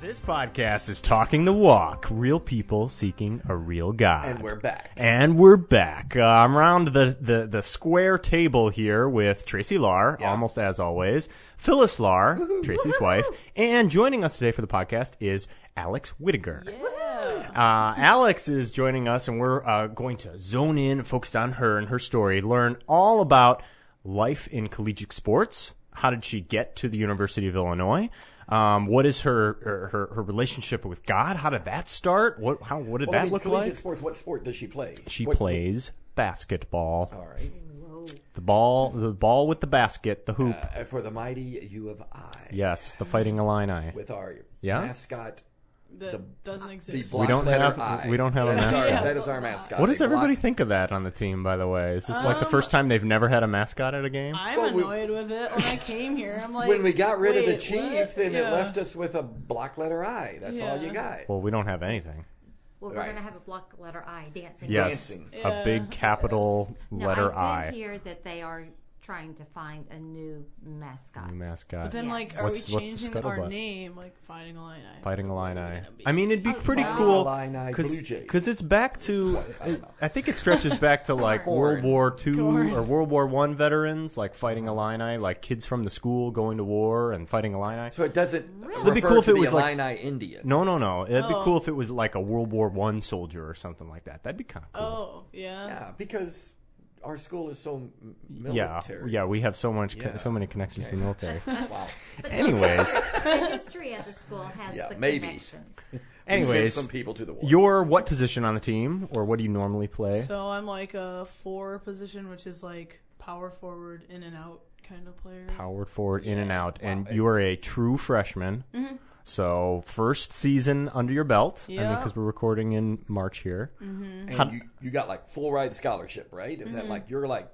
This podcast is Talking the Walk, real people seeking a real God. And we're back. And we're back. Uh, I'm around the, the, the square table here with Tracy Lar, almost as always, Phyllis Lar, Tracy's wife, and joining us today for the podcast is Alex Whittaker. Uh, Alex is joining us, and we're uh, going to zone in, focus on her and her story, learn all about life in collegiate sports. How did she get to the University of Illinois? Um, what is her, her her her relationship with God? How did that start? What how what did Well, I that mean, look like? collegiate sports. What sport does she play? She What- plays basketball. All right. The ball, the ball with the basket, the hoop. Uh, for the mighty U of I, yes, the Fighting Illini. with our Yeah? mascot. that The- doesn't The exist. block don't letter have- I. we don't have a That is our- mascot. that is our mascot. What does They block- everybody think of that on the team? By the way, is this like Uh, the first time they've never had a mascot at a game? I'm Well, we- annoyed with it. When I came here, I'm like, When we got rid of the wait, chief, what? then Yeah. it left us with a block letter I. That's all Yeah. you got. well, we don't have anything. Well, Right. we're gonna have a block letter I dancing. Yes, Dancing. a big capital Now, letter I I. did hear that they are trying to find a new mascot. mascot. Then like, Yes. are What's- we what's the changing our scuttlebutt? name? Like Fighting Illini. Fighting Illini. gonna be- I mean, it'd be Oh, pretty Fighting cool Illini Blue Jays. because it's back to. I think it stretches back to like World Corn. War Two Corn. or World War One veterans, like fighting Illini, like kids from the school going to war and fighting Illini. So it doesn't. It'd be refer cool if to it the was like- Illini Indian. No, no, no. It'd Oh. be cool if it was like a World War One soldier or something like that. That'd be kind of cool. Oh yeah. Yeah, because our school is so m- yeah, military. yeah. We have so much, Yeah. so many connections to the military. Wow. Anyways, The history of the school has Yeah, the maybe. connections. We sent anyways. some people to the war. Your what position on the team, or what do you normally play? So I'm like a four position, which is like power forward, in and out kind of player. powered forward in and out and you are a true freshman Mm-hmm. so first season under your belt i mean Yeah. because we're recording in march here Mm-hmm. and you, you got like full ride scholarship, right? Is that like you're like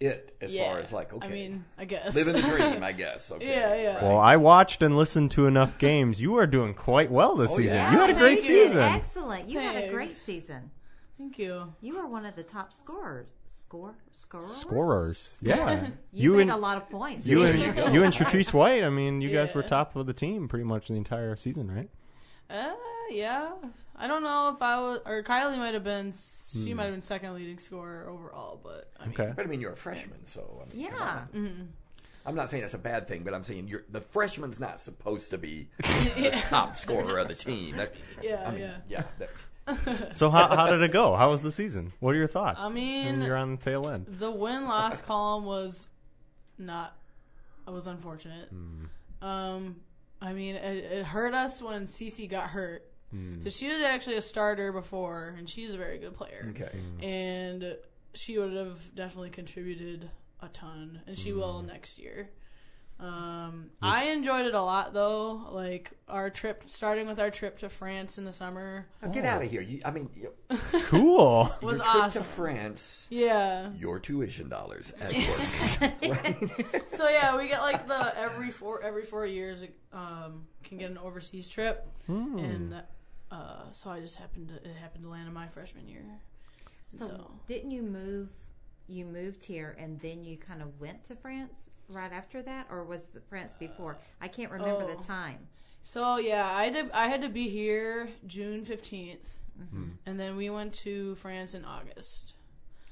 it as Mm-hmm. yeah. far as like okay, I mean, I guess. living the dream, I guess. Okay, Yeah, yeah. well i watched and listened to enough games you are doing quite well this Oh, season yeah. you had a Yeah, great you did season Excellent. You had a great Thanks. season. Thank you. You were one of the top scorers. Score scorers. scorers yeah You, made and a lot of points. you didn't and you and Shatrice White. I mean, you guys were top of the team pretty much the entire season, right? Uh, yeah. I don't know if I was, or Kylie might have been. She Hmm. might have been second leading scorer overall, but I mean, Okay. But I mean, you're a freshman, so I mean, yeah. Mm-hmm. I'm not saying that's a bad thing, but I'm saying you're the freshman's not supposed to be the top scorer of the team. That, yeah, I mean, yeah. yeah. That, So how, how did it go? How was the season? What are your thoughts? I mean- you're on the tail end. The win loss column was not. It was unfortunate. Um, I mean, it, it hurt us when Cece got hurt. 'Cause she was actually a starter before, and she's a very good player. okay. And she would have definitely contributed a ton, and she will next year. Um, I enjoyed it a lot though. Like our trip, starting with our trip to France in the summer, Now get out of here. You, I mean, you, your Cool. Mm-hmm. was trip awesome. to France, Yeah. your tuition dollars at work. So yeah, we get like the every four every four years um, can get an overseas trip, Hmm. and uh, so I just happened to it happened to land in my freshman year. So, So- didn't you move? You moved here, and then you kind of went to France right after that, or was the France before? I can't remember Oh. the time. So yeah, I did. I had to be here June 15th Mm-hmm. Hmm. and then we went to France in August.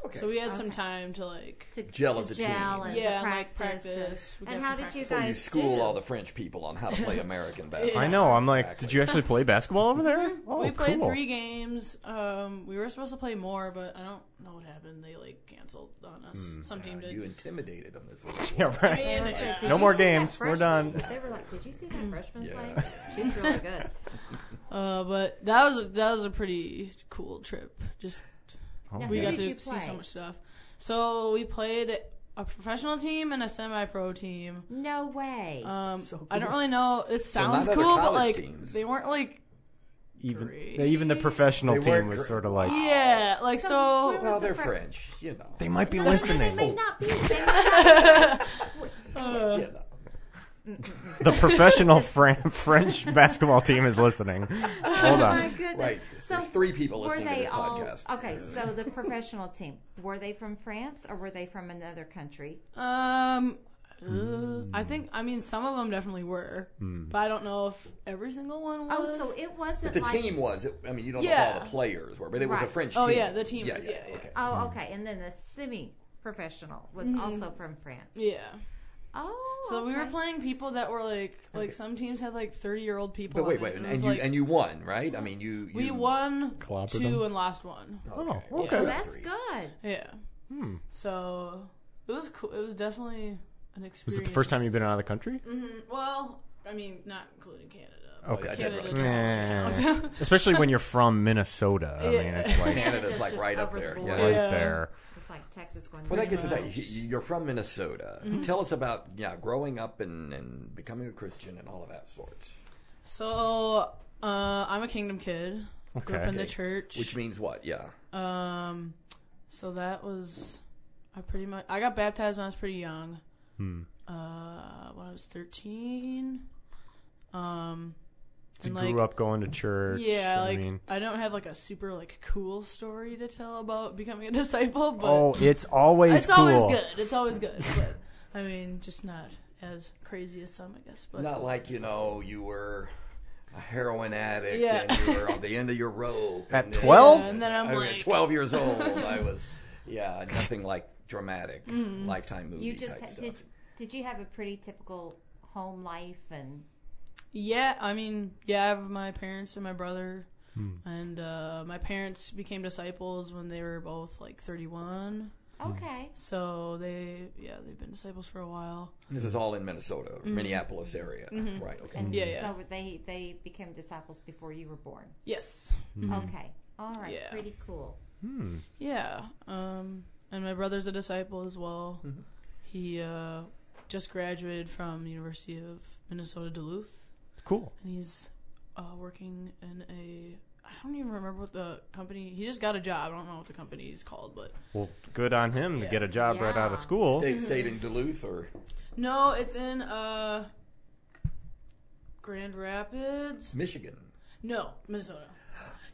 Okay. So we had some time to like. To Gel to as a team. gel and Yeah, to like practice. and- practice. We And, got how some did you practice. So guys Oh, you school do? all the French people on how to play American basketball. I know. I'm like, Exactly. did you actually play basketball over there? Oh, Mm-hmm. we played cool. three games. Um, we were supposed to play more, but I don't know what happened. They like canceled on us. Some team did. Hmm. You intimidated them this week. Yeah, right. And Like, yeah. "Did No you more see that games. We're freshman?" done. They were like, "Did you see that freshman Yeah. playing? She's really good." Uh, but that was that was a pretty cool trip. Just Oh, Now, we who got did to you see so play? much stuff. So we played a professional team and a semi-pro team. No way. Um, I don't really know. It sounds other cool, but college like teams. they weren't like Even Great. even the professional They team weren't was great. sort of like yeah, like So so. where Well, was the they're French- French, you know. they might be They may listening. not Oh. be. They may not you know. the professional Fran- French basketball team is listening. Hold Oh my on. goodness. Right. There's three people were listening to they this all podcast. okay? So the professional team were they from France or were they from another country? Um, Hmm. Uh, I think. I mean, some of them definitely were, but I don't know if every single one was. Oh, so it wasn't The like team was. It, I mean, you don't know if all Yeah. the players were, but it was a Right. French team. Oh, yeah, the team was- yeah, yeah. Okay. Oh, okay. And then the semi-professional was also from France. yeah. Oh, So we were okay. playing people that were like, like some teams had like thirty-year-old people. But wait, on it, wait, and and, it was you like- and you won, right? I mean, you, you we won Clobbered two them. and lost one. Oh, Well, okay. two out of That's three. good. Yeah. Hmm. So it was cool. It was definitely an experience. Was it the first time you've been out of the country? Well, I mean, not including Canada. Oh, Okay. I Canada did doesn't really count. Especially when you're from Minnesota. I mean, it's like right Canada's Canada's like just right up over the there. border. yeah. Right. there. It's like Texas going. Well, that gets to it back. You- You're from Minnesota. Mm-hmm. Tell us about yeah, growing up and, and becoming a Christian and all of that sorts. so uh, I'm a Kingdom kid. Grew up Okay. in the Okay. church. Which means what? Yeah. Um, so that was I pretty much I got baptized when I was pretty young. Hmm. Uh, when I was thirteen. Um, So you and, like, grew up going to church. Yeah, I like mean, I don't have like a super like cool story to tell about becoming a disciple, but oh, it's always it's cool. always good. It's always good. but, I mean, just not as crazy as some, I guess. But Not like you know you were a heroin addict Yeah. and you were on the end of your rope At and then- 12? Yeah, and then I'm I was like- twelve years old. I was yeah, nothing like dramatic lifetime movie You just type ha- stuff. did. Did you have a pretty typical home life and Yeah, I mean, yeah, I have my parents and my brother, and uh, my parents became disciples when they were both like 31. Hmm. okay? So they, yeah, they've been disciples for a while. This is all in Minnesota, Minneapolis area, right? Mm-hmm. Okay. And Yeah, yeah. So they they became disciples before you were born. Yes. Hmm. Okay. All right. Yeah. Pretty cool. Yeah. Um, and my brother's a disciple as well. Mm-hmm. He uh, just graduated from University of Minnesota Duluth, Cool. and he's uh, working in a. I don't even remember what the company. He just got a job. I don't know what the company is called, but Well, good on him to Yeah. get a job right out Yeah. of school. State, state in Duluth or No, it's in uh Grand Rapids. Michigan? No, Minnesota.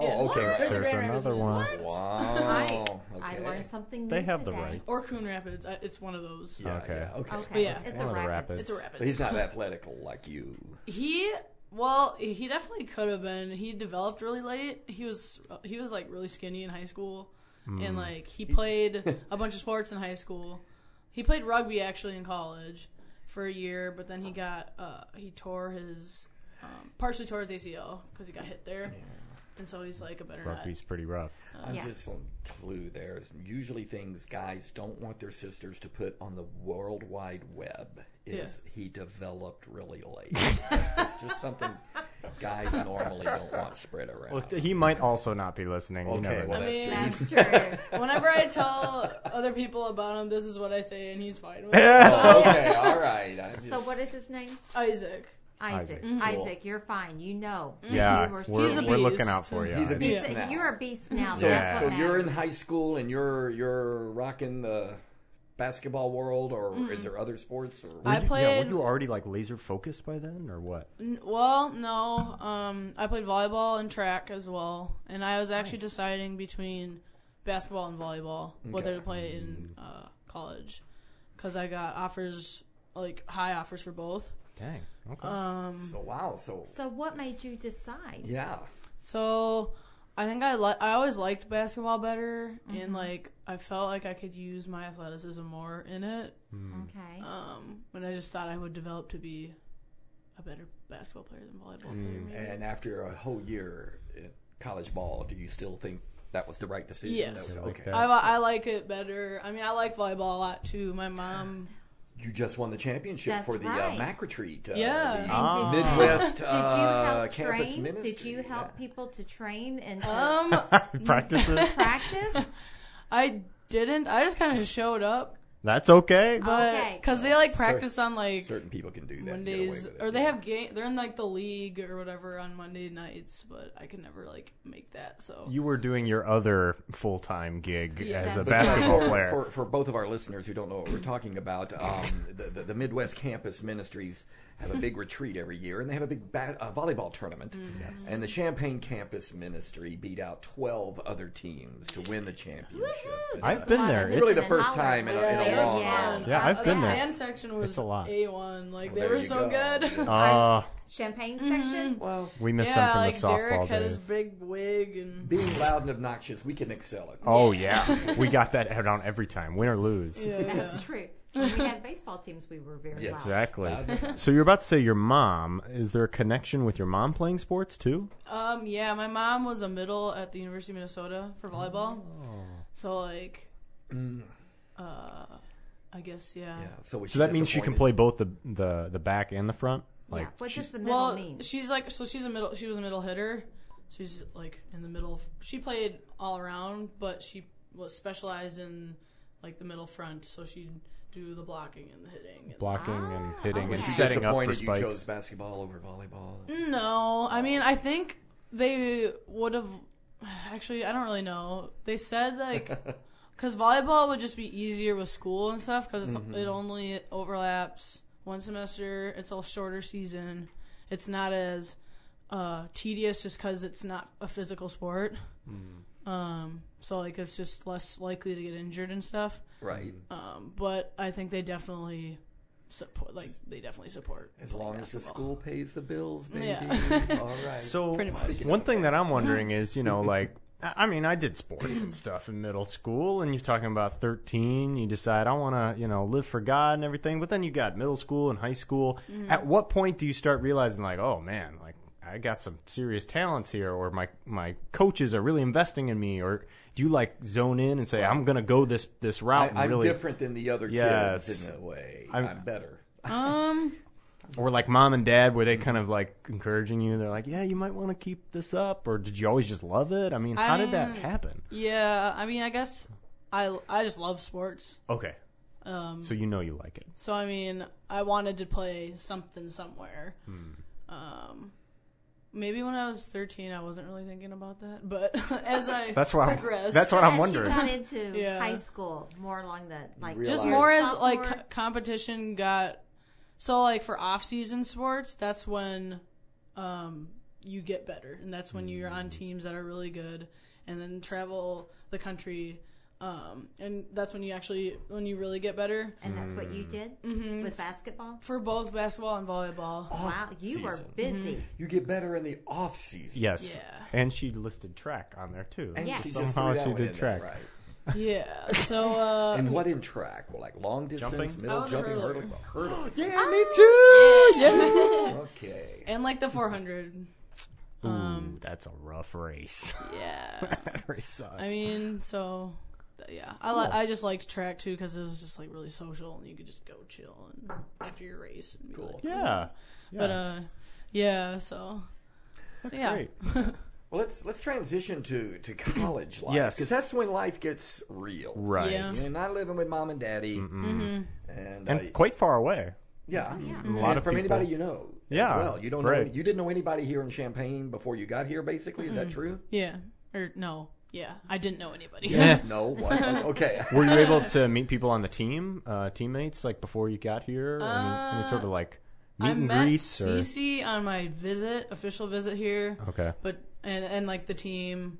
Oh, Yeah. okay. right. There's, a There's Grand Rapids, another one. Minnesota. Wow. Right. I Oh, okay. learned something new They have the today. rights. Or Coon Rapids. I, it's one of those. Yeah, Okay. yeah, okay. Okay. But yeah. It's One a of the rapids. It's a So Rapids. he's not athletic like you. He well, he definitely could have been. He developed really late. He was he was like really skinny in high school, Hmm. and like he played a bunch of sports in high school. He played rugby actually in college for a year, but then he got uh, he tore his um, partially tore his ACL because he got hit there, and so he's like a better not. Rugby's pretty rough. I'm Yeah. just some clue there. Is usually things guys don't want their sisters to put on the World Wide Web is he developed really late. it's just something guys normally don't want spread around. Well, he might also not be listening. you okay, never well, know. that's mean- true. That's true. Whenever I tell other people about him, this is what I say, and he's fine with Yeah. it. Oh, okay, all right. I'm just, so what is his name? Isaac. Isaac. Isaac. Isaac, Mm-hmm. you're fine. You know. yeah, You were we're, He's a we're beast. looking out for you. He's a Isaac. beast Yeah. now. You're a beast now. so, That's Yeah. what so you're in matters. high school and you're you're rocking the basketball world, or Mm-hmm. is there other sports? Or I Yeah, played. Uh, were you already like laser focused by then, or what? N- Well, no. Um, I played volleyball and track as well, and I was actually deciding between basketball and volleyball whether to play in uh, college because I got offers like high offers for both. Dang. Okay. uh, so wow. So So what made you decide? yeah. So I think I li- I always liked basketball better, and like I felt like I could use my athleticism more in it. Okay. Um, and I just thought I would develop to be a better basketball player than volleyball player. Maybe. And after a whole year in college ball, do you still think that was the right decision? Yes. That was- Like okay. that. I, I like it better. I mean, I like volleyball a lot too. My mom You just won the championship That's for the right. uh, Mac retreat. Uh, Yeah. the And Ah. did, Midwest did you uh, help campus train? ministry. Did you help yeah. people to train and to Um, Practices. practice? I didn't. I just kind of showed up, That's okay. but Okay. because they like practice on like Certain people can do that. and get away Mondays, with it, or they yeah. have game. They're in like the league or whatever on Monday nights, but I could never like make that. So You were doing your other full time gig Yeah, as a But that's- just basketball for, player. For, for both of our listeners who don't know what we're talking about, um, the, the, the Midwest Campus Ministries have a big retreat every year, and they have a big ba- uh, volleyball tournament. Mm. And the Champaign Campus Ministry beat out 12 other teams to win the championship. I've been there. It's It- really the first time in a, in a a It was long Yeah. fun. Yeah, I've been the there. fan section was It's a lot. Oh, A1. Like, Well, they there were you go. so good. Uh, Champagne section. Well, we missed yeah, them like from the Derek softball had days. his big wig and. being loud and obnoxious, we can excel at. that. oh yeah, we got that out on every time, win or lose. Yeah, yeah. That's true. When we had baseball teams, we were very Yeah, loud. Exactly. so you're about to say your mom. Is there a connection with your mom playing sports too? Um, yeah, my mom was a middle at the University of Minnesota for volleyball. So, like, uh, I guess, yeah. Yeah. So, was So that means she can disappointed? play both the the, the back and the front. Yeah. Like What she- does the middle Well, mean? she's like, so she's a middle, she was a middle hitter. She's like in the middle. She played all around, but she was specialized in like the middle front. So she'd do the blocking and the hitting. and- blocking and hitting okay. and She's setting up for disappointed spikes. You chose basketball over volleyball. Mm. No, I mean, I think they would have. Actually, I don't really know. They said like because volleyball would just be easier with school and stuff because Mm-hmm. it only overlaps one semester. It's a shorter season. It's not as uh, tedious just because it's not a physical sport. Mm. Um, so like it's just less likely to get injured and stuff. Right. Um, but I think they definitely support. Like they definitely support As long as the basketball. school pays the bills, baby. Yeah. All right. So Pretty much. Speaking one thing that I'm wondering is, you know, like I I mean, I did sports and stuff in middle school, and you're talking about 13. You decide I want to, you know, live for God and everything, but then you got middle school and high school. Mm-hmm. At what point do you start realizing, like, oh man, like I got some serious talents here, or my my coaches are really investing in me, or do you like zone in and say I'm gonna go this this route? I, and am really, different than the other Yes. kids in a way. I'm- I'm, better. Um. Or like mom and dad, were they kind of like encouraging you? They're like, yeah, you might want to keep this up, or did you always just love it? I mean, how did Um, that happen? Yeah, I mean, I guess I I just love sports. Okay. Um, so you know you like it. So I mean, I wanted to play something somewhere. Um, Hmm. maybe when I was thirteen, I wasn't really thinking about that, but as I That's why. progressed, that's what I'm As wondering. You got into Yeah. high school more along the like just realized- more as sophomore- like co- competition got. So like for off season sports, that's when um, you get better, and that's when you're Hmm. on teams that are really good, and then travel the country. Um, and that's when you actually when you really get better. and that's what you did Mm-hmm. with basketball. For both basketball and volleyball. Wow, you were Oh, season. busy. Mm-hmm. You get better in the off season. yes. Yeah. And she listed track on there too. And Yes. she just Somehow threw that she one did in there, track. right. Yeah. So uh And what in track? Well, like long distance, Jumping? I middle was a jumping, hurdler. hurdling. hurdling. Yeah, me too. Okay. and like the 400. Um, Ooh, that's a rough race. Yeah. that race sucks. I mean, so th- yeah. I li- I just liked track too cuz it was just like really social and you could just go chill and after your race and be like yeah. yeah. But uh yeah, so so, yeah. Great. Well, let's let's transition to to college life. Yes. because that's when life gets real. Right. Mm-hmm. Yeah. You're not living with mom and daddy, and, uh, And quite far away. yeah, A lot and of from people. anybody you know. as Yeah, well, you don't right. know you didn't know anybody here in Champaign before you got here. Basically, is that true? Yeah. Or no. Yeah. I didn't know anybody. No. What? Okay. Were you able to meet people on the team, uh, teammates, like before you got here? Or any, any sort of like meet Uh, I and met greets? Or... Cece on my visit, official visit here. Okay. But and and like the team,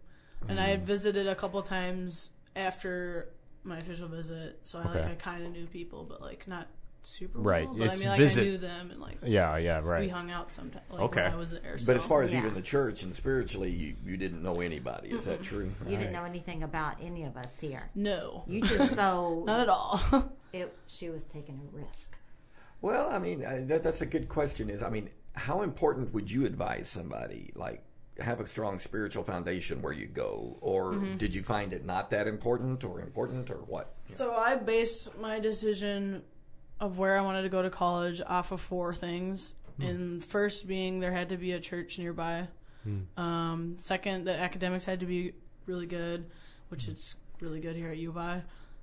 and I had Mm-hmm. visited a couple times after my official visit, so I like Okay. I kind of knew people, but like not super Right, Well, but it's I mean, like visit. I knew them, and like Yeah, yeah, we right. hung out sometimes. Like, Okay. When I was there, so. But as far as Yeah. even the church and spiritually, you, you didn't know anybody. Is that true? You didn't know anything about any of us here. no, You just so not at all. it, she was taking a risk. Well, I mean, I, that, that's a good question. Is I mean, how important would you advise somebody like have a strong spiritual foundation where you go, or did you find it not that important, or important, or what? So I based my decision of where I wanted to go to college off of four things. And first being there had to be a church nearby. Um, second, the academics had to be really good, which it's really good here at UVI.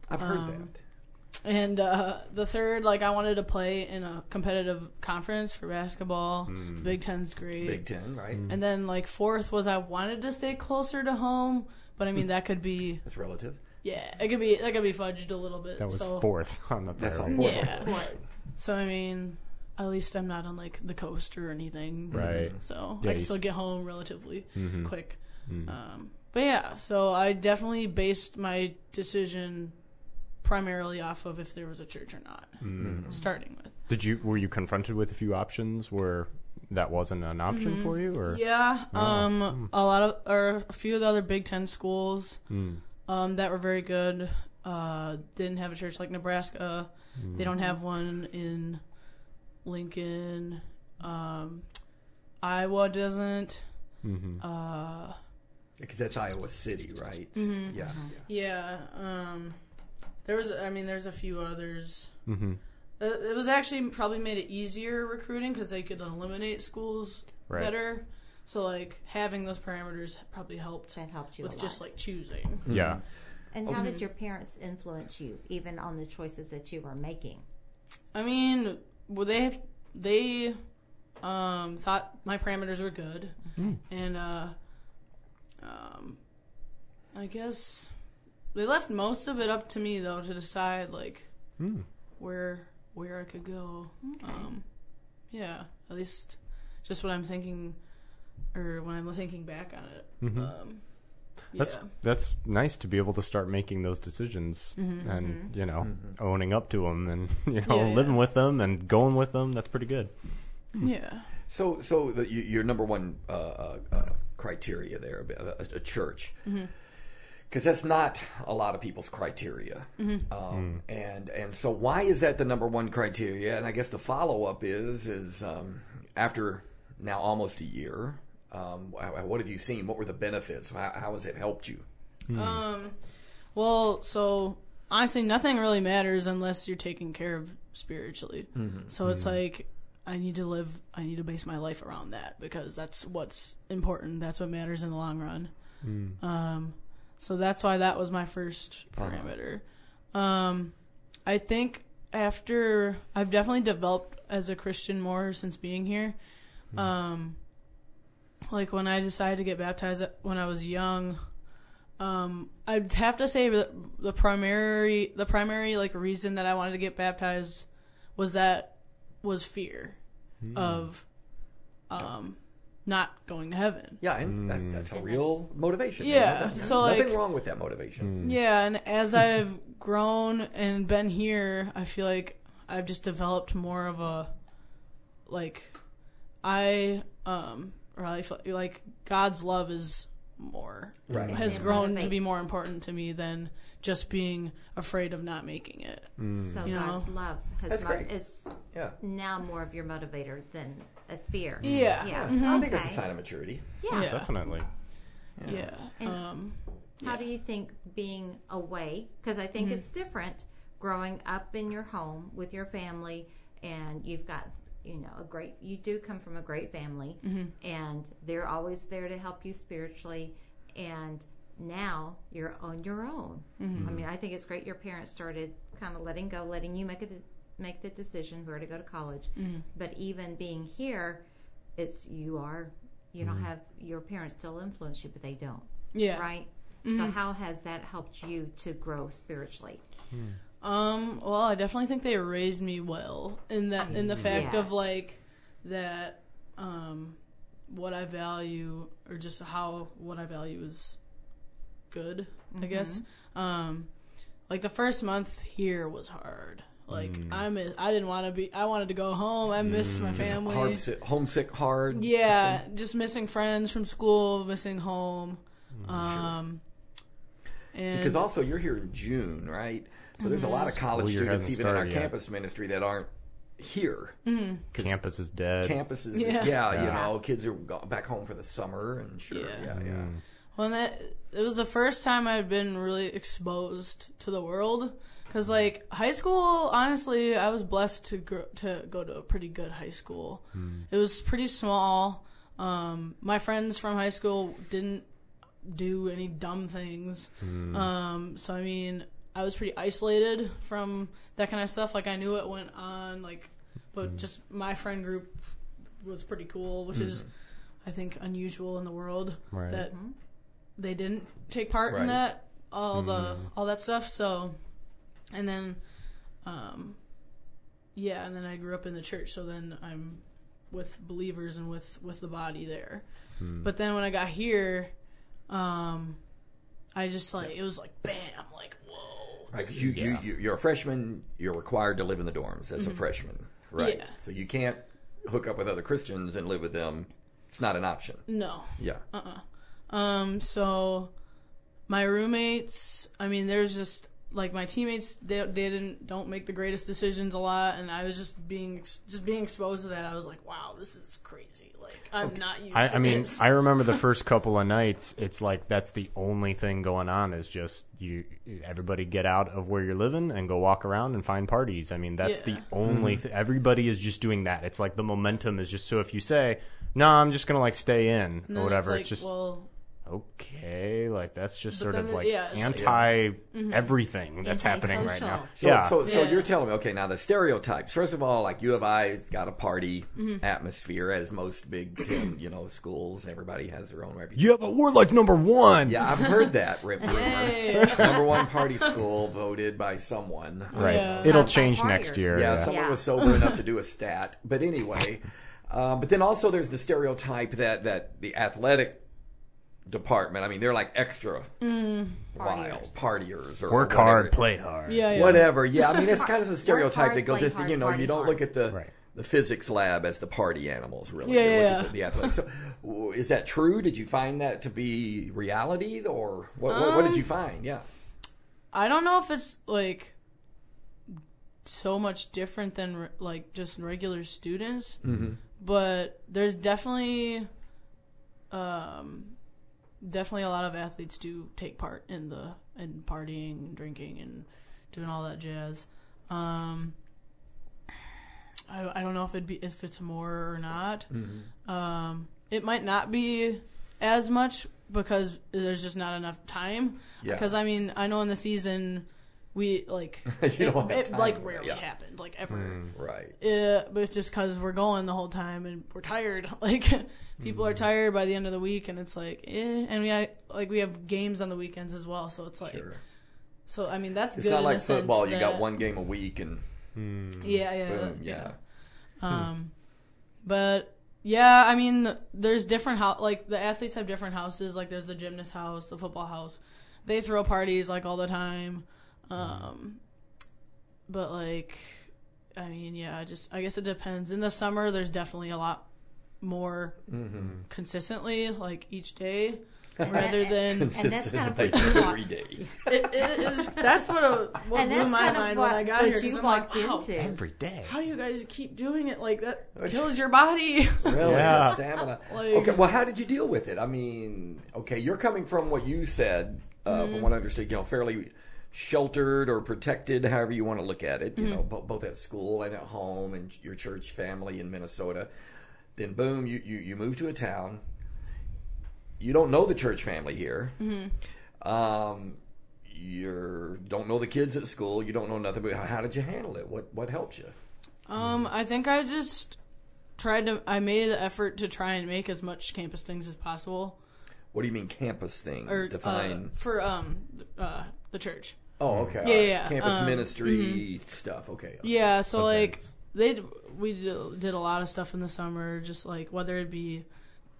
I've heard that. And uh, the third, like I wanted to play in a competitive conference for basketball. The Big Ten's great. Big Ten, right? and then like fourth was I wanted to stay closer to home, but I mean that could be That's relative. yeah, it could be that could be fudged a little bit. That was so fourth on the That's all. priority. Yeah. Right. So I mean, at least I'm not on like the coast or anything. Right. So Yeah, I you can still s- Mm-hmm. get home relatively quick. Um, but yeah, so I definitely based my decision primarily off of if there was a church or not, Mm-hmm. starting with. Did you were you confronted with a few options where that wasn't an option Mm-hmm. for you, or Yeah, um, a lot of or a few of the other Big Ten schools um, that were very good uh, didn't have a church like Nebraska. They don't have one in Lincoln. Um, Iowa doesn't. Because that's Iowa City, right? Yeah. Yeah. Um, there was, I mean, there's a few others. Mm-hmm. It, it was actually probably made it easier recruiting because they could eliminate schools Right. better. So like having those parameters probably helped That helped you a with just lot. like choosing. yeah, And how did your parents influence you, even on the choices that you were making? I mean, well, they they um, thought my parameters were good, and uh, um, I guess they left most of it up to me though to decide like where where I could go. Um, yeah, at least just what I'm thinking, or when I'm thinking back on it. Um, that's yeah. that's nice to be able to start making those decisions and you know owning up to them and you know Mm-hmm. Yeah, living yeah. with them and going with them. That's pretty good. yeah. So, so the, y- your number one uh, uh, uh, criteria there, a, a- a church, because Mm-hmm. that's not a lot of people's criteria. Mm-hmm. Um, And and so, why is that the number one criteria? And I guess the follow up is is um, after now almost a year, um, wh- what have you seen? What were the benefits? How, how has it helped you? Well, so honestly, nothing really matters unless you're taken care of spiritually. So it's like I need to live. I need to base my life around that because that's what's important. That's what matters in the long run. Um, so that's why that was my first parameter. Um, I think after I've definitely developed as a Christian more since being here. Um, like when I decided to get baptized when I was young, um, I'd have to say the, the primary the primary like reason that I wanted to get baptized was that was fear of um not going to heaven. Yeah, and that, that's a real motivation. Yeah, Nothing- so, nothing like- wrong with that motivation. Yeah, and as I've grown and been here, I feel like I've just developed more of a like I um or I feel like God's love is more Right. has Yeah, grown to motivate. be more important to me than just being afraid of not making it. So You know. God's love has That's mo- great. is Yeah, now more of your motivator than a fear. Yeah. Yeah. I think it's a Okay. sign of maturity. Yeah. Yeah. Definitely. Yeah. Um, How do you think being away? Because I think it's different growing up in your home with your family, and you've got you know a great. You do come from a great family, and they're always there to help you spiritually. And now you're on your own. I mean, I think it's great your parents started kind of letting go, letting you make a de- make the decision where to go to college. But even being here, it's you are. You don't have your parents still influence you, but they don't yeah. Mm-hmm. right? So how has that helped you to grow spiritually? Um, well, I definitely think they raised me well in that in the fact Yes. of like that um what I value or just how what I value is good, I guess. Um like the first month here was hard. Like I miss, I didn't want to be I wanted to go home. I missed my family. Homesick, homesick, hard. yeah, just missing friends from school, missing home. Um and Mm-hmm. Because also you're here in June, right? So there's a lot of college School year students, hasn't even in our started yet. campus ministry, that aren't here. Campus is dead. Campuses, yeah. Mm-hmm. Yeah. you know, kids are go- back home for the summer, and sure, yeah, Yeah. yeah. Well, that it was the first time I'd been really exposed to the world. Cause like high school, honestly, I was blessed to grow, to go to a pretty good high school. It was pretty small. Um, my friends from high school didn't do any dumb things. Um, so I mean, I was pretty isolated from that kind of stuff. Like I knew it went on, like, but just my friend group was pretty cool, which is, I think, unusual in the world Right. that they didn't take part Right. in that all the all that stuff. So, and then, um, yeah, and then I grew up in the church. So then I'm with believers and with with the body there. But then when I got here, um, I just like it was like bam, like whoa. Right. 'cause You, Yeah. you, you, you're a freshman. You're required to live in the dorms as a freshman, right? Mm-hmm. Yeah. So you can't hook up with other Christians and live with them. It's not an option. No. Yeah. Um, so my roommates, I mean, there's just like my teammates, they, they didn't don't make the greatest decisions a lot, and I was just being ex- just being exposed to that. I was like, wow, this is crazy. Like I'm not used. I, to I mean, this. I remember the first couple of nights. It's like that's the only thing going on is just you. Everybody get out of where you're living and go walk around and find parties. I mean, that's Yeah. the only. Th- everybody is just doing that. It's like the momentum is just so. If you say no, I'm just gonna like stay in or And whatever. It's, It's, like, just well, okay. Like that's just But sort then of it- like yeah, Mm-hmm. it's like- anti everything that's happening right Antisocial. now. So, yeah. so, so Yeah. you're telling me, okay, now the stereotypes. First of all, like U of I's got a party atmosphere, as most Big Ten, you know, schools. Everybody has their own reputation. yeah, but we're like number one. Yeah, I've heard that rip rumor. Hey. Number one party school voted by someone. Right. Yeah. It'll Not by change warriors. next year. Yeah, Yeah. someone Yeah. was sober enough to do a stat. But anyway, um, but then also there's the stereotype that that the athletic department. I mean, they're like extra wild partiers or Work whatever. hard, play hard. yeah, yeah. whatever. Yeah, I mean, it's kind of a stereotype hard, that goes. play This, hard, you know, party you don't hard. look at the Right. the physics lab as the party animals. Really, Yeah, You look yeah, at yeah. the, the athletics. So, w- is that true? Did you find that to be reality, or what? what, what did you Um, find? Yeah. I don't know if it's like so much different than re- like just regular students, but there's definitely, um, definitely a lot of athletes do take part in the in partying and drinking and doing all that jazz. Um, I, I don't know if it'd be if it's more or not. Um, it might not be as much because there's just not enough time. Yeah. Because I mean, I know in the season we like You it, don't have it, time like for that, rarely yeah. Hmm. happened, like ever. Right. Yeah, but it's just because we're going the whole time and we're tired. Like people Hmm. are tired by the end of the week, and it's like, eh. and we I, like we have games on the weekends as well, so it's like, Sure. so I mean that's It's good. not in like the sense football. You got that- one game a week, and Yeah, yeah, boom, yeah. Um, but yeah, I mean, there's different house. Like the athletes have different houses. Like there's the gymnast house, the football house. They throw parties like all the time. Um, but like, I mean, yeah, I just I guess it depends. In the summer, there's definitely a lot more consistently, like each day, rather than And that's kind of what Like, you every walked, day. it, it is. That's what it, what and blew that's my kind mind of when I what, got what here. 'cause you I'm like, walked "Wow, into. Every day. How do you guys keep doing it like that? Kills your body. Really, Yeah. the stamina. Like- okay, well, how did you deal with it? I mean, okay, you're coming from what you said, uh, Mm-hmm. from what I understood, you know, fairly sheltered or protected, however you want to look at it, you Mm-hmm. know, bo- both at school and at home and your church family in Minnesota. Then, boom, you, you, you move to a town. You don't know the church family here. Mm-hmm. Um, you don't know the kids at school. You don't know nothing. But how- how did you handle it? What what helped you? Um, I think I just tried to. I made an effort to try and make as much campus things as possible. What do you mean campus things? Or, uh, Define. for um th- uh, the church. Oh, okay. all Yeah, right. yeah, yeah. Campus Um, ministry stuff. Okay. Yeah, so Events. like they d- we d- did a lot of stuff in the summer, just like whether it be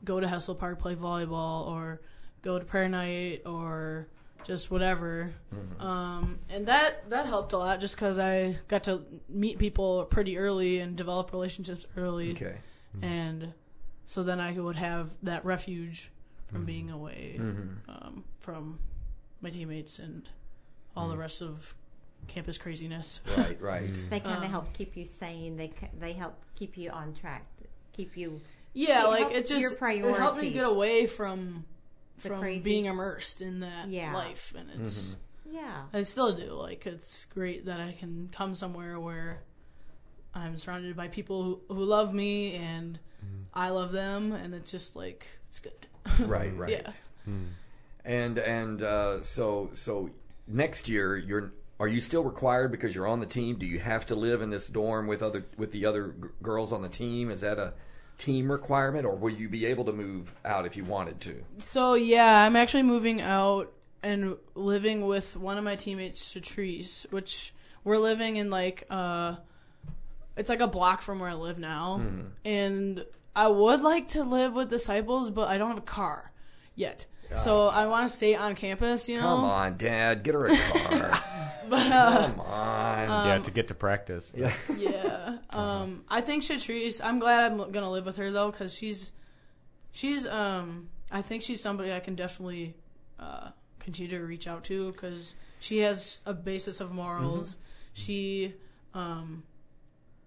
go to Hessel Park play volleyball or go to prayer night or just whatever. Um, and that that helped a lot just because I got to meet people pretty early and develop relationships early. Okay. and so then I would have that refuge from being away um, from my teammates and all the rest of campus craziness. Right. Right. They Uh-huh. kind of help keep you sane. They ca- they help keep you on track. Keep you Yeah, It like helped it just your it helped me priorities. get away from The from crazy- being immersed in that Yeah. life, and it's yeah. I still do like it's great that I can come somewhere where I'm surrounded by people who, who love me and I love them, and it's just like it's good. right. Right. Yeah. And and uh, so so next year you're are you still required because you're on the team? Do you have to live in this dorm with other with the other g- girls on the team? Is that a team requirement, or will you be able to move out if you wanted to? So yeah, I'm actually moving out and living with one of my teammates, Chatrice, which we're living in like uh it's like a block from where I live now. And I would like to live with disciples, but I don't have a car yet. So I want to stay on campus, you know. Come on, Dad, get her a car. But uh, Come on. yeah, to get to practice. Yeah. yeah, um, I think Shatrice. I'm glad I'm gonna live with her though, because she's, she's. Um, I think she's somebody I can definitely uh, continue to reach out to because she has a basis of morals. She, um,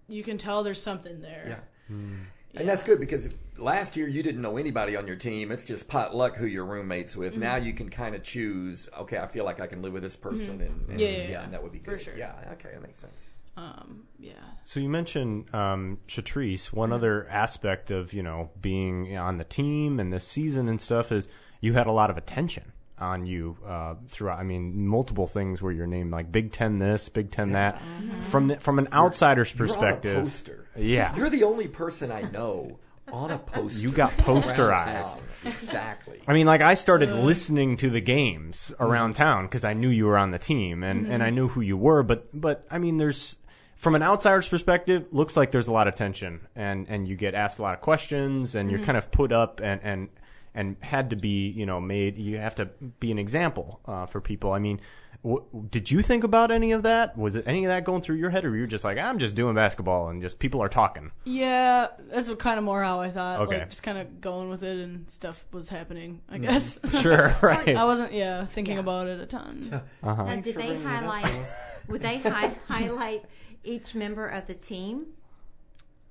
you can tell there's something there. Yeah. Hmm. And that's good because last year you didn't know anybody on your team. It's just potluck who your roommates with. Mm-hmm. Now you can kind of choose. Okay, I feel like I can live with this person, and, and Yeah, yeah, yeah. and that would be For good. sure. Yeah, okay, that makes sense. Um, yeah. So you mentioned um, Chatrice. Mm-hmm. One other aspect of you know being on the team and this season and stuff is you had a lot of attention on you uh, throughout. I mean, multiple things where your name like Big Ten this, Big Ten that. Mm-hmm. From the, from an outsider's You're on a perspective, poster. Yeah. You're the only person I know on a poster. you got around posterized. town. Exactly. I mean, like I started listening to the games around town because I knew you were on the team and, and I knew who you were. But but I mean, there's from an outsider's perspective, looks like there's a lot of tension and and you get asked a lot of questions and you're kind of put up and and and had to be you know made you have to be an example uh, for people. I mean. W- did you think about any of that? Was it any of that going through your head, or you were just like, "I'm just doing basketball and just people are talking"? Yeah, that's what, kind of more how I thought. Okay. Like, just kind of going with it and stuff was happening, I guess. Sure, right? I wasn't, yeah, thinking Yeah. about it a ton. Uh-huh. Now, did they highlight? would they hi- highlight each member of the team?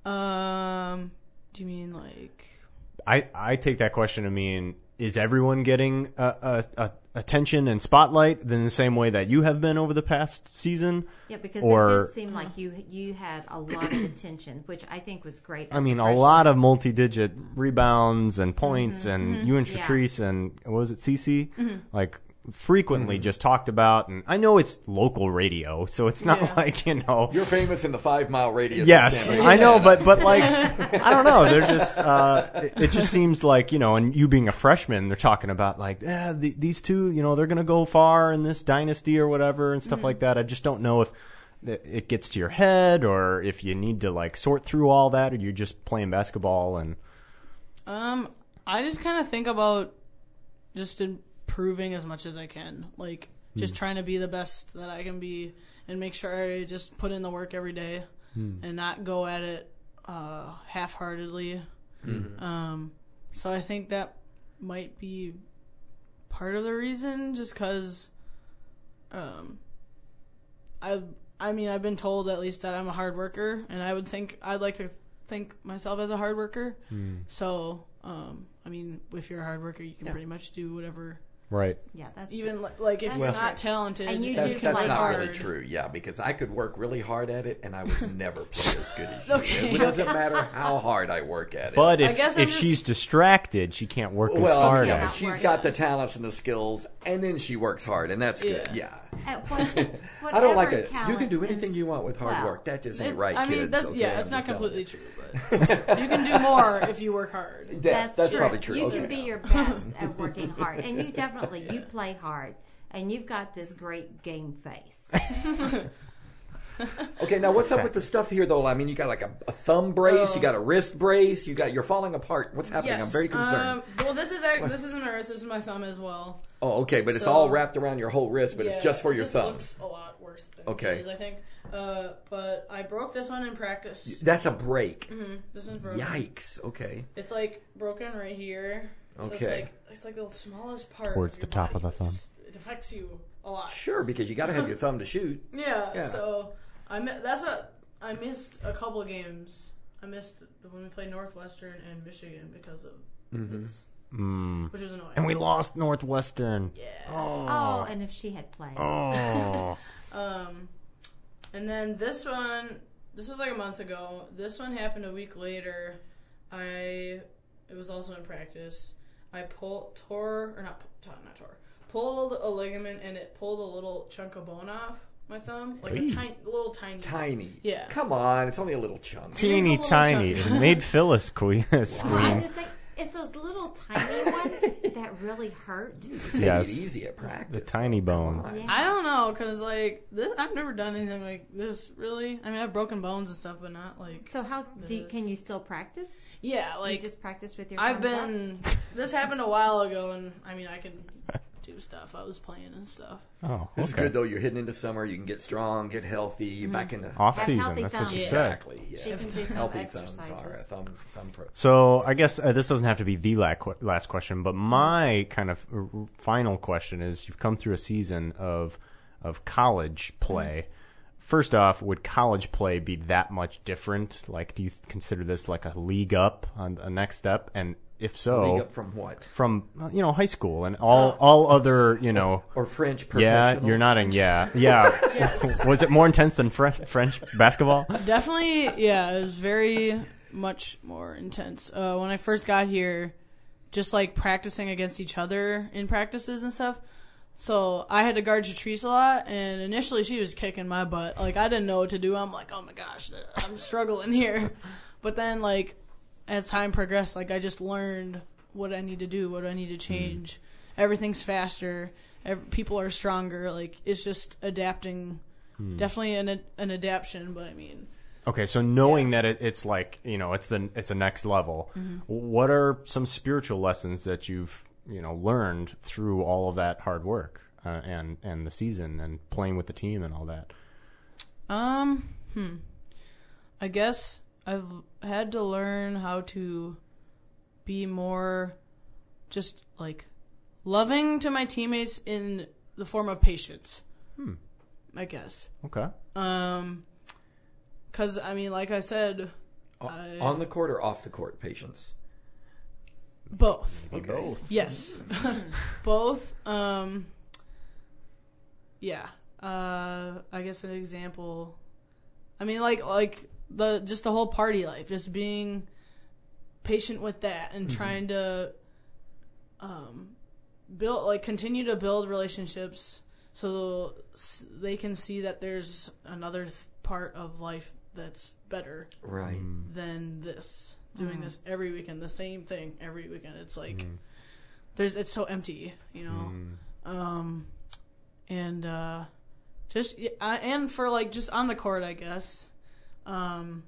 Um, do you mean like. I, I take that question to mean is everyone getting uh, uh, uh, attention and spotlight in the same way that you have been over the past season? Yeah, because it Or- did seem like you you had a lot of attention, which I think was great. I mean, a lot of multi-digit rebounds and points, and you and Mm-hmm. Yeah. Mm-hmm. Patrice and what was it, Cece? Like frequently just talked about. And I know it's local radio, so it's not Yeah. like you know. You're famous in the five mile radius. of Yes, San Diego. I know, but but like I don't know. They're just uh, it, it just seems like you know, and you being a freshman, they're talking about like eh, the, these two, you know, they're gonna go far in this dynasty or whatever and stuff Mm-hmm. like that. I just don't know if th- it gets to your head or if you need to like sort through all that, or you're just playing basketball and Um, I just kind of think about just improving as much as I can. Like, just trying to be the best that I can be and make sure I just put in the work every day and not go at it uh, half heartedly. Um, so I think that might be part of the reason, just because um, I. I mean, I've been told at least that I'm a hard worker, and I would think I'd like to think myself as a hard worker. So, um, I mean, if you're a hard worker, you can pretty much do whatever. right. Yeah, that's Even li- like if you're Well- not talented, And you That's, do can that's play not work hard. really true, yeah, because I could work really hard at it and I would never play as good as you. Okay, It doesn't matter how hard I work at it. But if guess if I'm just- she's distracted, she can't work as well, hard yeah, as as- she's got the talents and the skills, and then she works hard, and that's good. Yeah. Yeah. At what, I don't like whatever it. You can talents do and anything you want with hard well, work. That just ain't It- right, I kids. mean, that's okay? yeah, I'm it's not just telling completely you. true, but you can do more if you work hard. That- That's, true. probably true. You okay. can be your best at working hard, and you definitely you play hard, and you've got this great game face. Okay, now what's up with the stuff here, though? I mean, you got like a, a thumb brace, you got a wrist brace, you got you're falling apart. What's happening? Um, Yes. I'm very concerned. Um, well, this is act- this isn't a wrist. This is my thumb as well. oh, okay, but it's so- all wrapped around your whole wrist, but Yeah, it's just for it your just thumb. Looks a lot worse than Okay. it is, I think. Uh, but I broke this one in practice. That's a break. This one's broken. Yikes. Okay. It's like broken right here. So it's Okay. like it's like the smallest part Towards of the your top of body. the thumb. It's just- It affects you a lot. Sure, because you got to have your thumb to shoot. Yeah, Yeah. So I mi- that's what I missed a couple of games. I missed when we played Northwestern and Michigan because of this, which was annoying. Mm. and we lost Northwestern. oh, and if she had played, Oh. Um, and then this one, this was like a month ago. This one happened a week later. I, it was also in practice. I pulled, tore, or not, pu- tore, not tore, pulled a ligament and it pulled a little chunk of bone off my thumb, like a tiny, little tiny. Tiny. Yeah. Come on, it's only a little chunk. teeny little tiny. chunk. It made Phyllis que- I scream. just think it's those little tiny ones that really hurt. Take Yes. it easy at practice. Tiny bones. I don't know, cause like this, I've never done anything like this really. I mean, I've broken bones and stuff, but not like. So how do you, can you still practice? Yeah, You like just practice with your. I've thumbs been. up? This happened a while ago, and I mean, I can do stuff. I was playing and stuff. Oh, This is good though. You're heading into summer. You can get strong, get healthy. You're back into Off Have season. healthy That's what she thumbs. said. exactly. Yeah. Mm-hmm. She can do thumb healthy thumbs exercises. are a thumb thumb pro. So I guess uh, this doesn't have to be the la- qu- last question, but my kind of r- r- final question is: You've come through a season of of college play. First off, would college play be that much different? Like, do you th- consider this like a league up on a next step? And if so, League up from what? from uh, you know high school and all all other you know Or French yeah professional? you're nodding yeah yeah was it more intense than French French basketball Definitely, yeah, it was very much more intense. Uh, when I first got here, just like practicing against each other in practices and stuff. So I had to guard Patrice a lot, and initially she was kicking my butt. Like I didn't know what to do. I'm like, oh my gosh, I'm struggling here. But then, like as time progressed, like I just learned what I need to do, what I need to change. Everything's faster. Ev- people are stronger. Like it's just adapting. Definitely an an adaptation, but I mean, okay so knowing that it, it's like you know it's the it's a next level what are some spiritual lessons that you've you know learned through all of that hard work uh, and and the season and playing with the team and all that Um, hmm. I guess I've had to learn how to be more just like loving to my teammates in the form of patience. Hmm. I guess. okay Um, cause I mean, like I said, O- on the court or off the court patients. both. Okay. Yes. Both. Um, yeah. Uh, I guess an example. I mean, like like the just the whole party life, just being patient with that and trying to um, build like continue to build relationships so s- they can see that there's another th- part of life that's better Right. Mm. than this doing this every weekend the same thing every weekend it's like there's it's so empty you know um and uh just yeah, I, and for like just on the court i guess um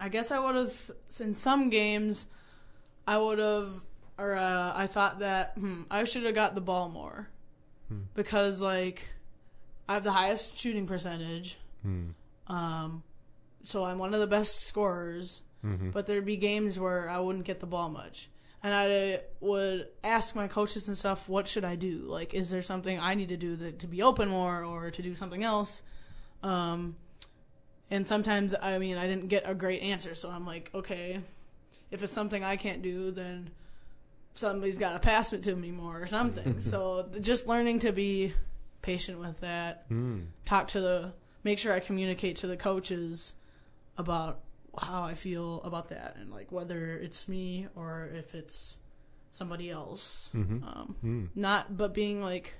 i guess i would have in some games i would have or uh, i thought that hmm, i should have got the ball more because like i have the highest shooting percentage um so I'm one of the best scorers, but there'd be games where I wouldn't get the ball much. And I would ask my coaches and stuff, what should I do? Like, is there something I need to do to, to be open more or to do something else? Um, and sometimes, I mean, I didn't get a great answer. So I'm like, okay, if it's something I can't do, then somebody's got to pass it to me more or something. so just learning to be patient with that, talk to the, make sure I communicate to the coaches about how I feel about that and like whether it's me or if it's somebody else. Mm-hmm. Um, Mm. Not, but being like,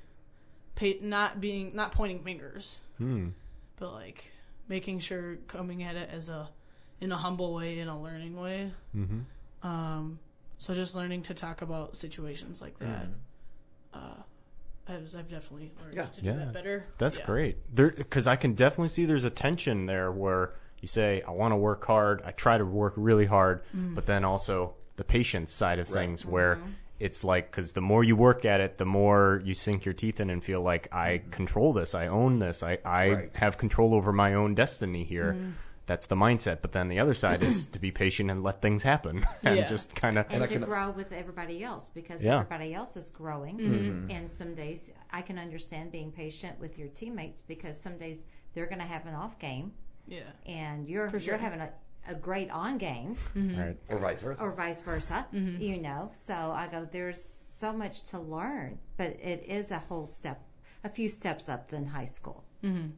pa not being, not pointing fingers, Hmm. but like making sure coming at it as a, in a humble way, in a learning way. Mm-hmm. Um, so just learning to talk about situations like that. Uh, I've, I've definitely learned Yeah. to do Mm. Yeah. that better. That's Yeah. great. There, because I can definitely see there's a tension there where you say, I want to work hard, I try to work really hard, but then also the patience side of Mm. Right. Mm-hmm. things where it's like, because the more you work at it, the more you sink your teeth in and feel like, I control this, I own this, I, I Mm-hmm. Right. Mm-hmm. have control over my own destiny here. That's the mindset. But then the other side is to be patient and let things happen and Yeah. just kind of. and I to can- grow with everybody else because Yeah. everybody else is growing. Mm-hmm. And some days I can understand being patient with your teammates because some days they're going to have an off game Yeah. and you're sure. Mm-hmm. you're having a, a great on game Right. Or vice versa. or vice versa. You know, so I go. There's so much to learn, but it is a whole step, a few steps up than high school.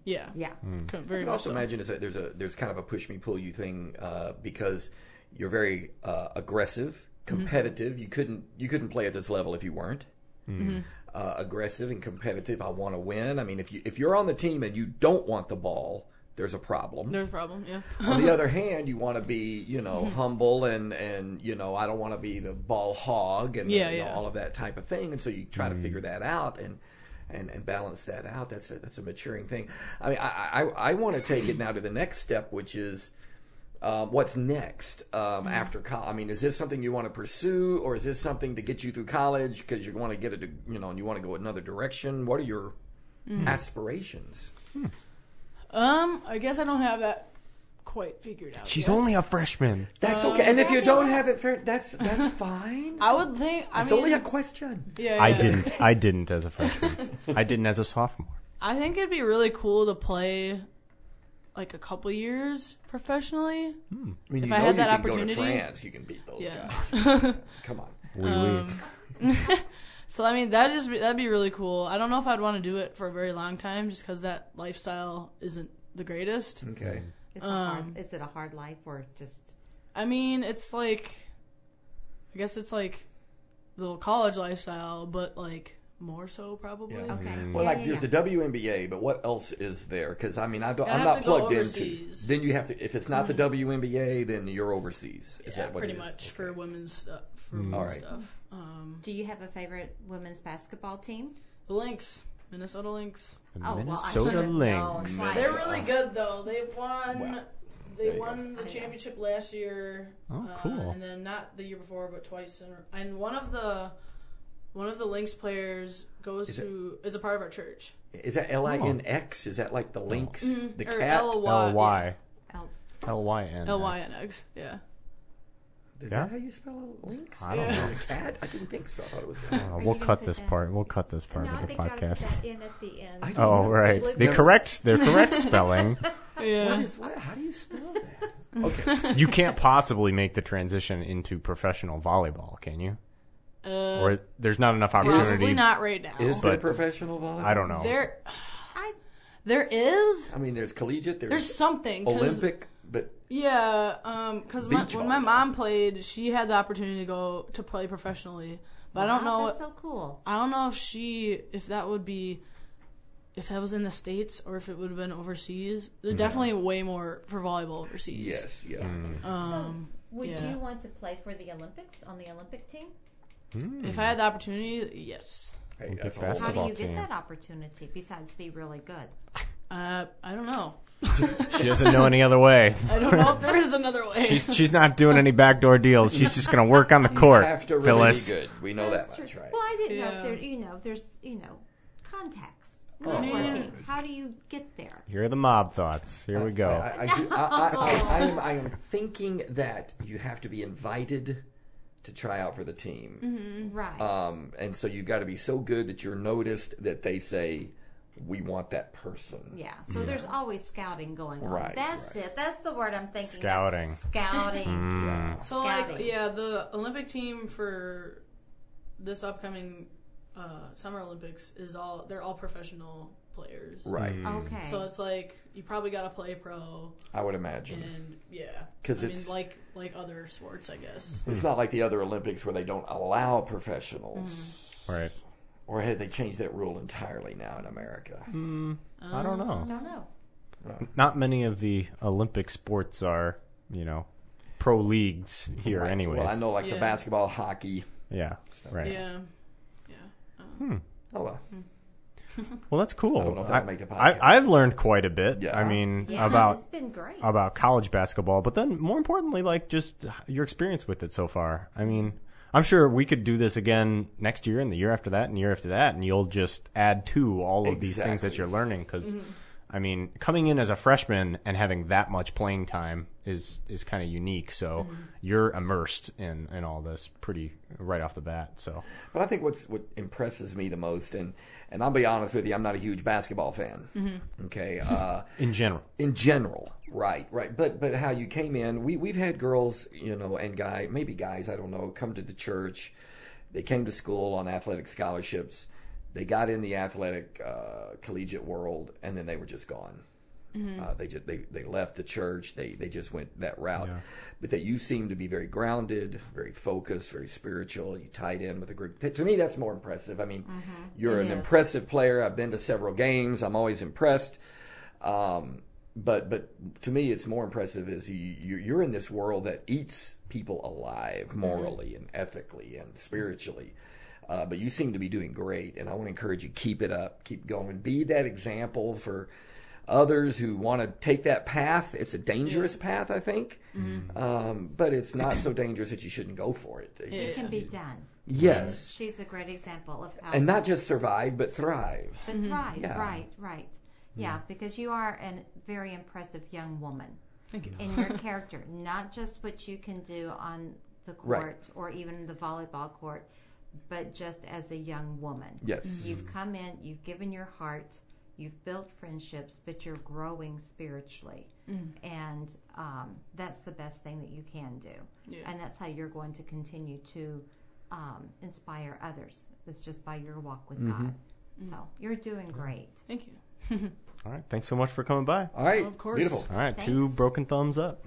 Yeah. Yeah, Mm-hmm. Co- I Very can much also so. imagine is that there's a there's kind of a push me pull you thing uh, because you're very uh, aggressive, Mm-hmm. competitive. You couldn't you couldn't play at this level if you weren't Mm-hmm. uh, aggressive and competitive. I want to win. I mean, if you if you're on the team and you don't want the ball, there's a problem. There's a problem. Yeah. on the other hand, you want to be you know Mm-hmm. humble and and you know I don't want to be the ball hog and Yeah, you know, yeah. all of that type of thing. And so you try to figure that out and. And, and balance that out. That's a that's a maturing thing. I mean, I I, I want to take it now to the next step, which is Um, what's next Mm-hmm. um, after college? I mean, is this something you want to pursue, or is this something to get you through college because you want to get a, de- you know, and you want to go another direction? What are your Mm-hmm. aspirations? Um, I guess I don't have that quite figured out. She's yet. only a freshman. That's Uh, okay. And if you don't have it, fair, that's that's fine. I would think. I It's mean, only a question. yeah, yeah. I didn't. I didn't as a freshman. I didn't as a sophomore. I think it'd be really cool to play like a couple years I professionally. mean, If you I know had you that can opportunity- go to France, you can beat those Yeah. guys. Come on. We Um, So I mean, that just be, that'd be really cool. I don't know if I'd want to do it for a very long time, just because that lifestyle isn't the greatest. Okay. It's a Um, hard, is it a hard life or just I mean, it's like, I guess it's like the little college lifestyle, but like more so probably. Yeah. okay? Mm-hmm. Mm. Well, yeah, like yeah, there's yeah. the WNBA, but what else is there? Because I mean, I don't, Gotta I'm have not to go plugged into. overseas. Mm-hmm. Then you have to. If it's not the WNBA, then you're overseas. Is Yeah, that what pretty it is? much for women's stuff. For women's All right. stuff, um, Do you have a favorite women's basketball team? the Lynx, Minnesota Lynx. Oh, well, I Minnesota should've known. Lynx. Why? They're really good though. They won. Wow. There They you won the championship last year. Oh, uh, cool. and then not the year before, but twice. in- And one of the one of the Lynx players goes Is it- to is a part of our church. Is that L I N X? Is that like the links? The Oh. Mm-hmm. or cat? L Y Oh, L Y N L Y N X. Yeah. Is Yeah. that how you spell links? I don't Yeah. know. The cat? I didn't think so. I thought it was. Uh, you We'll gonna cut put this that- part. We'll cut this part No, I of the think I ought to put podcast. that in at the end. I don't Oh know. right, Look the up. correct the correct spelling. Yeah. What is what? How do you spell that? Okay. You can't possibly make the transition into professional volleyball, can you? Uh, Or there's not enough possibly opportunity. not right now. Is there But- professional volleyball? I don't know. there I there is I mean, there's collegiate. There's, there's something 'cause- Olympic, but Yeah, um, because when Beach my volleyball. mom played, she had the opportunity to go to play professionally, but I don't wow, know. That's so cool. I don't know if she if that would be if that was in the states or if it would have been overseas. There's definitely way more for volleyball overseas. Mm-hmm. yes, yeah. Mm. so, would um, yeah. you want to play for the Olympics on the Olympic team? If Mm-hmm. I had the opportunity, yes. Hey, that's a whole- How do Football you team. get that opportunity besides be really good? Uh, I don't know. She doesn't know any other way. I don't know if there is another way. She's she's not doing any backdoor deals. She's just going to work on the court. have to really Phyllis. be good. We know that much, true. right? Well, I didn't know Yeah. if there, you know, there's, you know, contacts. Oh, Networking. How do you get there? Here are the mob thoughts. Here we go. I, I, do, I, I, I, I, am, I am thinking that you have to be invited to try out for the team. Mm-hmm. Right. Um, and so you've got to be so good that you're noticed that they say, we want that person. Yeah. So there's always scouting going on. Right, That's it. That's the word I'm thinking. Scouting. of. Mm. Scouting. so like Scouting. yeah, the Olympic team for this upcoming uh, summer Olympics is all they're all professional players. Right. Mm-hmm. Okay. So it's like you probably got to play pro I would imagine. and yeah, 'Cause I mean, it's- like like other sports, I guess. It's not like the other Olympics where they don't allow professionals. right. Or had they changed that rule entirely now in America? I don't know. I don't know. Not many of the Olympic sports are, you know, pro leagues here Right. anyways. Well, I know like the Yeah. basketball, hockey. Yeah. Right. Yeah, yeah. Oh, well. Well, that's cool. I don't know if that'll make the podcast. I, have learned quite a bit. Yeah. I mean, Yeah, about it's been great. about college basketball, but then more importantly, like just your experience with it so far. I mean, I'm sure we could do this again next year and the year after that and the year after that, and you'll just add to all of these things that Exactly. you're learning. Because, I mean, coming in as a freshman and having that much playing time is is kind of unique. So you're immersed in in all this pretty right off the bat. So But I think what's what impresses me the most, and and I'll be honest with you, I'm not a huge basketball fan. Okay, uh, in general, in general, right, right. But but how you came in, we we've had girls, you know, and guy maybe guys, I don't know, come to the church. They came to school on athletic scholarships. They got in the athletic uh, collegiate world, and then they were just gone. Mm-hmm. Uh, they just they, they left the church. They they just went that route. But that you seem to be very grounded, very focused, very spiritual. You tied in with a group. To me, that's more impressive. I mean, you're Mm-hmm. It an is. impressive player. I've been to several games. I'm always impressed. Um, but but to me, it's more impressive is you, you you're in this world that eats people alive morally and ethically and spiritually. Uh, but you seem to be doing great, and I want to encourage you keep it up, keep going, be that example for others who want to take that path. It's a dangerous path, I think, um, but it's not so dangerous that you shouldn't go for it. It can be done. Yes, She's a great example of how and not just survive, but thrive. But Mm-hmm. right, Yeah. right, right. Yeah, because you are a very impressive young woman Thank you. in your character, not just what you can do on the Right. court or even the volleyball court, but just as a young woman. Yes. You've come in, you've given your heart, you've built friendships, but you're growing spiritually. And um, that's the best thing that you can do. Yeah. And that's how you're going to continue to um, inspire others, is just by your walk with Mm-hmm. God. So you're doing great. Mm. Thank you. All right. Thanks so much for coming by. All right, Of course. beautiful. All right. Two Thanks. broken thumbs up.